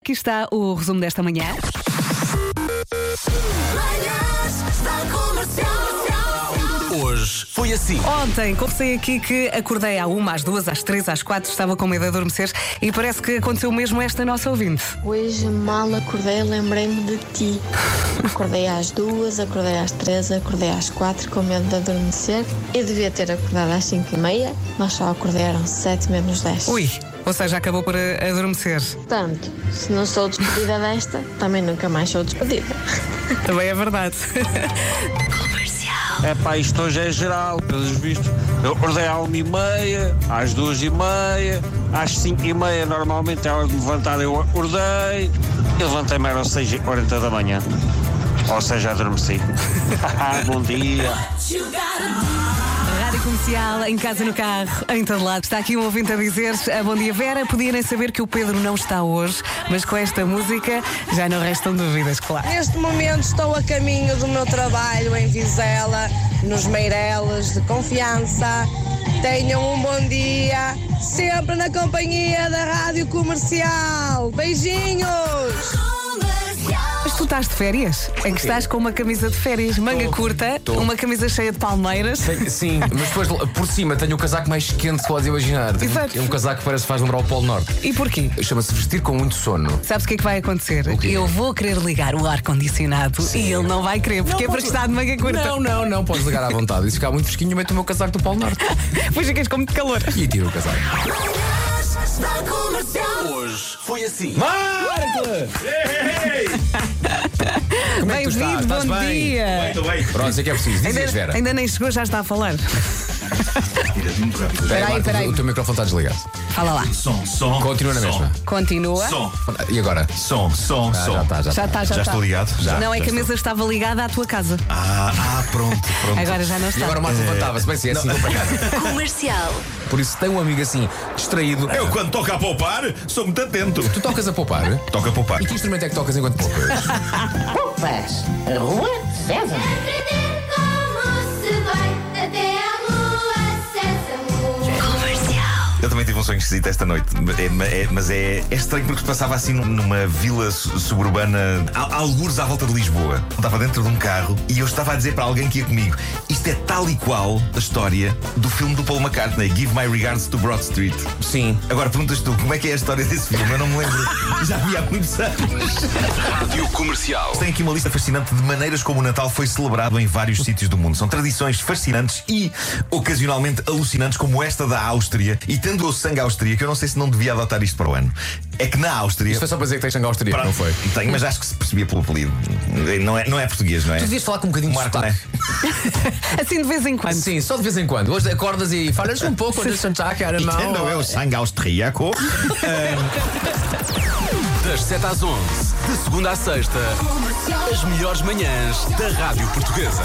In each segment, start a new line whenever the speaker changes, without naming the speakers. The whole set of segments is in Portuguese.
Aqui está o resumo desta manhã.
Manhãs da Comercial.
Hoje foi assim.
Ontem confessei aqui que acordei à uma, às duas, às três, às quatro, estava com medo de adormecer e parece que aconteceu mesmo esta nossa ouvinte.
Hoje mal acordei, lembrei-me de ti. Acordei às duas, acordei às três, acordei às quatro com medo de adormecer. Eu devia ter acordado às cinco e meia, mas só acordei eram sete menos dez.
Ui, ou seja, acabou por eh, adormecer.
Portanto, se não sou despedida desta, também nunca mais sou despedida.
Também é verdade.
É pá, isto hoje é geral, pelos vistos. Eu acordei à uma e meia, às duas e meia, às cinco e meia normalmente é a hora de me levantar, eu acordei. Eu levantei-me eram seis e quarenta da manhã. Ou seja, adormeci. Bom dia.
You gotta
Rádio Comercial, em casa, no carro, em todo lado. Está aqui um ouvinte a dizer ah, Bom dia, Vera. Podia nem saber que o Pedro não está hoje, mas com esta música já não restam dúvidas, claro.
Neste momento estou a caminho do meu trabalho em Vizela, nos Meireles de Confiança. Tenham um bom dia, sempre na companhia da Rádio Comercial. Beijinhos!
comercial.
Mas tu estás de férias? É que estás com uma camisa de férias, manga curta,
Tô.
uma camisa cheia de palmeiras.
Tenho- Sim, mas depois por cima tenho o casaco mais quente que podes imaginar. Tenho
Exato.
um, um casaco que parece que faz lembrar o Polo Norte.
E porquê?
Chama-se vestir com muito sono.
Sabes o que é que vai acontecer?
quê?
Eu vou querer ligar o ar-condicionado e ele não vai querer, porque é para estar de manga curta.
Não, não, não, Então, podes ligar à vontade. E se ficar muito fresquinho, meto o meu casaco do Polo Norte.
Pois ficas com muito calor.
E tiro o casaco.
Manhãs da Comercial.
Como é que tu
Bem-vindo,
estás? Estás
bom
bem?
dia.
Pronto, isso é que é preciso. Diz ias, Vera.
Ainda, ainda nem chegou, já está a falar.
Espera,
peraí,
Marco,
peraí.
O teu microfone está desligado.
Fala lá.
Som, som.
Continua na
som,
mesma.
Continua.
Som,
E agora?
som, som,
Ah,
som.
já está, já
Já
está.
está, já,
Já
está.
estou ligado? Já.
Não, é
já
que a
estou.
mesa estava ligada à tua casa.
Ah, ah, pronto, pronto.
Agora já não está.
E agora o Marco levantava-se. Bem, se é assim, vou para casa.
Comercial.
Por isso, tem um amigo assim, distraído.
Eu, quando toca a poupar, sou muito atento.
Tu tocas a poupar?
Toca a poupar.
E que instrumento é que tocas enquanto poupas?
Poupas. Rua César.
aprender como se vai até à lua, Sésamo.
Comercial.
Eu também tive um sonho esquisito esta noite, mas é, é- mas é, é estranho porque se passava assim num- numa vila su- suburbana, a- algures à volta de Lisboa. Eu Estava dentro de um carro e eu estava a dizer para alguém que ia comigo: Isto é tal e qual a história do filme do Paul McCartney, Give My Regards to Broad Street.
Sim.
Agora perguntas tu como é que é a história desse filme? Eu não me lembro. Já vi há muitos anos.
Rádio Comercial.
Tem aqui uma lista fascinante de maneiras como o Natal foi celebrado em vários sítios do mundo. São tradições fascinantes e ocasionalmente alucinantes, como esta da Áustria. E tendo o sangue austríaco, eu não sei se não devia adotar isto para o ano. É que na Áustria.
Isto foi só para dizer que tens sangue austríaco,
Pronto,
não foi?
Tenho, mas acho que se percebia pelo apelido. Não é, não é português, não é?
Tu devias falar com um bocadinho
Marco,
de
né?
sotaque.
Assim de vez em quando.
Sim, só de vez em quando. Hoje acordas e falas um pouco de sotaque
Tendo
alemão.
eu É sangue austríaco.
Das 7 às 11, de segunda à sexta, as melhores manhãs da Rádio Portuguesa.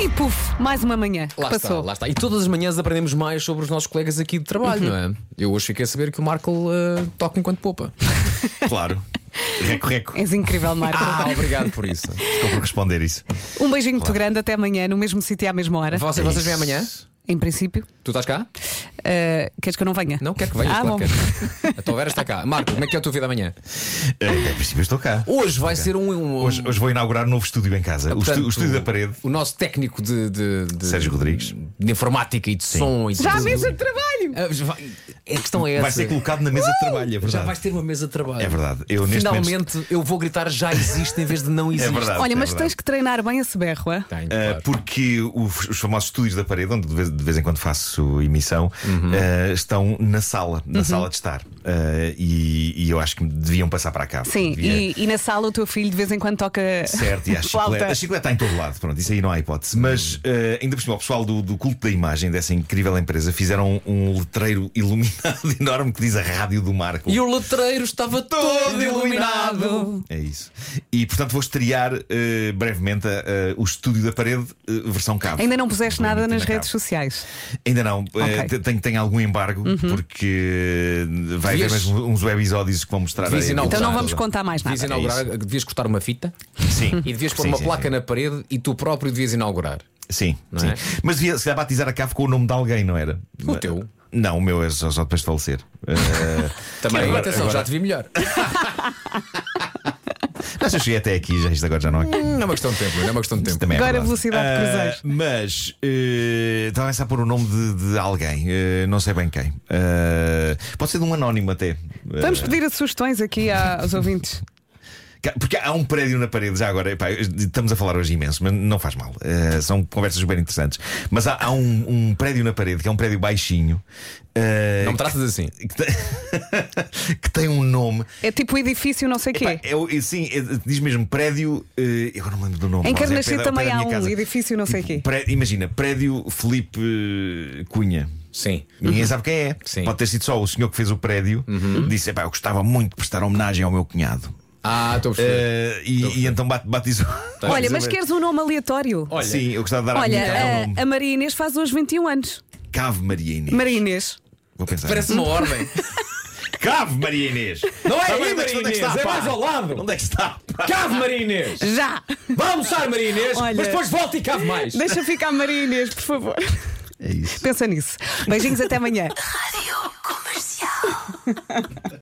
E puf, mais uma manhã. que
Lá está,
passou.
lá está. E todas as manhãs aprendemos mais sobre os nossos colegas aqui de trabalho, não é? Eu hoje fiquei a saber que o Marco eh, toca enquanto poupa.
claro. Reco, reco.
És incrível, Marco.
Ah, obrigado por isso.
Estou por responder isso.
Um beijinho muito grande, até amanhã, no mesmo sítio e à mesma hora.
Vocês, vocês vêm amanhã?
Em princípio.
Tu estás cá?
Uh, queres que eu não venha?
Não, quer que venhas,
Ah,
claro
bom.
que queres. A tua Vera está cá. Marco, como é que é a tua vida amanhã?
Eh, Em princípio, estou cá.
Hoje vai ser um. um- um-
Hoje, hoje vou inaugurar um novo estúdio em casa. O, estu-
portanto,
o estúdio da parede.
O nosso técnico de. de- de-
Sérgio Rodrigues.
De informática e de som e de
Já à
tudo.
mesa de trabalho!
Ah, já vai- A questão é essa.
Vai ser colocado na mesa de trabalho, é verdade.
Já vais ter uma mesa de trabalho.
É verdade. Eu neste momento.
Finalmente eu vou gritar já existe em vez de não existe.
É verdade.
Olha,
é
mas
verdade.
tens que treinar bem esse berro, é?
Tenho,
Ah,
claro.
porque os, os famosos estúdios da parede, onde de vez, de vez em quando faço emissão,
Uhum.
ah, estão na sala,
Uhum.
na sala de estar. Ah, e, e eu acho que deviam passar para cá.
Sim,
Devia-
e, e na sala o teu filho de vez em quando toca.
Certo, e a chicleta. A chicleta está em todo lado, pronto, isso aí não há hipótese.
Hum.
Mas eh, ainda por cima, o pessoal do, do culto da imagem dessa incrível empresa fizeram um letreiro iluminado enorme que diz a rádio do Marco.
E o letreiro estava todo iluminado.
É isso. E portanto vou estrear eh, brevemente eh, o estúdio da parede, eh, versão cabo.
Ainda não puseste nada
Limite
nas
na
redes
cabo.
sociais.
Ainda não. Eh,
Ok. Uhum.
te- Tenho, tenho algum embargo, porque eh, vai haver
Devias-
mesmo uns webisódios que vão mostrar
Devias
aí.
inaugurar.
Então não
Claro.
vamos contar mais
Devias
nada.
inaugurar, devias cortar uma fita
Sim.
e devias pôr
Sim,
uma
sim,
placa
sim.
na parede e tu próprio devias inaugurar.
Sim,
Não
sim.
é?
Mas devia se calhar batizar a cave com o nome de alguém, não era?
O teu.
Não, o meu é só, só depois de falecer. Eh,
Também,
agora-
atenção,
agora-
já te vi melhor.
não, se eu cheguei até aqui, já isto agora já não é.
Não é uma questão de tempo, não é uma questão de tempo.
Também é
Agora
verdade.
velocidade de
Ah, mas eh, estava a pensar por o nome de, de alguém, eh, não sei bem quem. Ah, pode ser de um anónimo até.
Vamos
Ah,
pedir as sugestões aqui a- aos ouvintes.
Cá- Porque há um prédio na parede, já agora, epá, estamos a falar hoje imenso, mas não faz mal. Eh, são conversas bem interessantes. Mas há, há um, um prédio na parede, que é um prédio baixinho, eh,
Não me tratas assim.
que, que tem, que tem um nome.
É tipo um edifício, não sei o
Epá,
quê.
é o- é, sim, é- diz mesmo prédio. eh, eu agora não lembro do nome.
Em
mas é
Carnachide
ao pé da- ao
também
pé da
há
minha
um edifício não sei
Tipo,
quê.
pré- imagina, prédio Felipe eh, Cunha.
Sim.
Uhum.
Ninguém sabe quem é.
Sim. Uhum.
Pode ter sido só o senhor que fez o prédio. Disse: "Epá, eu gostava muito de prestar homenagem ao meu cunhado.
Ah, estou a perceber.
Eh, e, e então bate- batizou.
Olha, mas queres um nome aleatório?
Olha.
Sim, eu gostava de dar à
Olha, eh,
minha casa um nome.
a, a Maria Inês faz hoje 21 anos.
Cave Maria Inês.
Maria Inês.
Vou pensar.
Parece uma ordem.
Cave Maria Inês.
Não é
Tá
aí,
bem, onde
Maria
onde
Inês, é
pá?
mais ao lado.
Onde é que está? pá?
Cave, Maria Inês!
Já!
Vá almoçar, Maria Inês,
Olha.
mas depois volta e cave mais.
Deixa ficar a Maria Inês, por favor.
É isso.
Pensa nisso. Beijinhos até amanhã.
Rádio Comercial.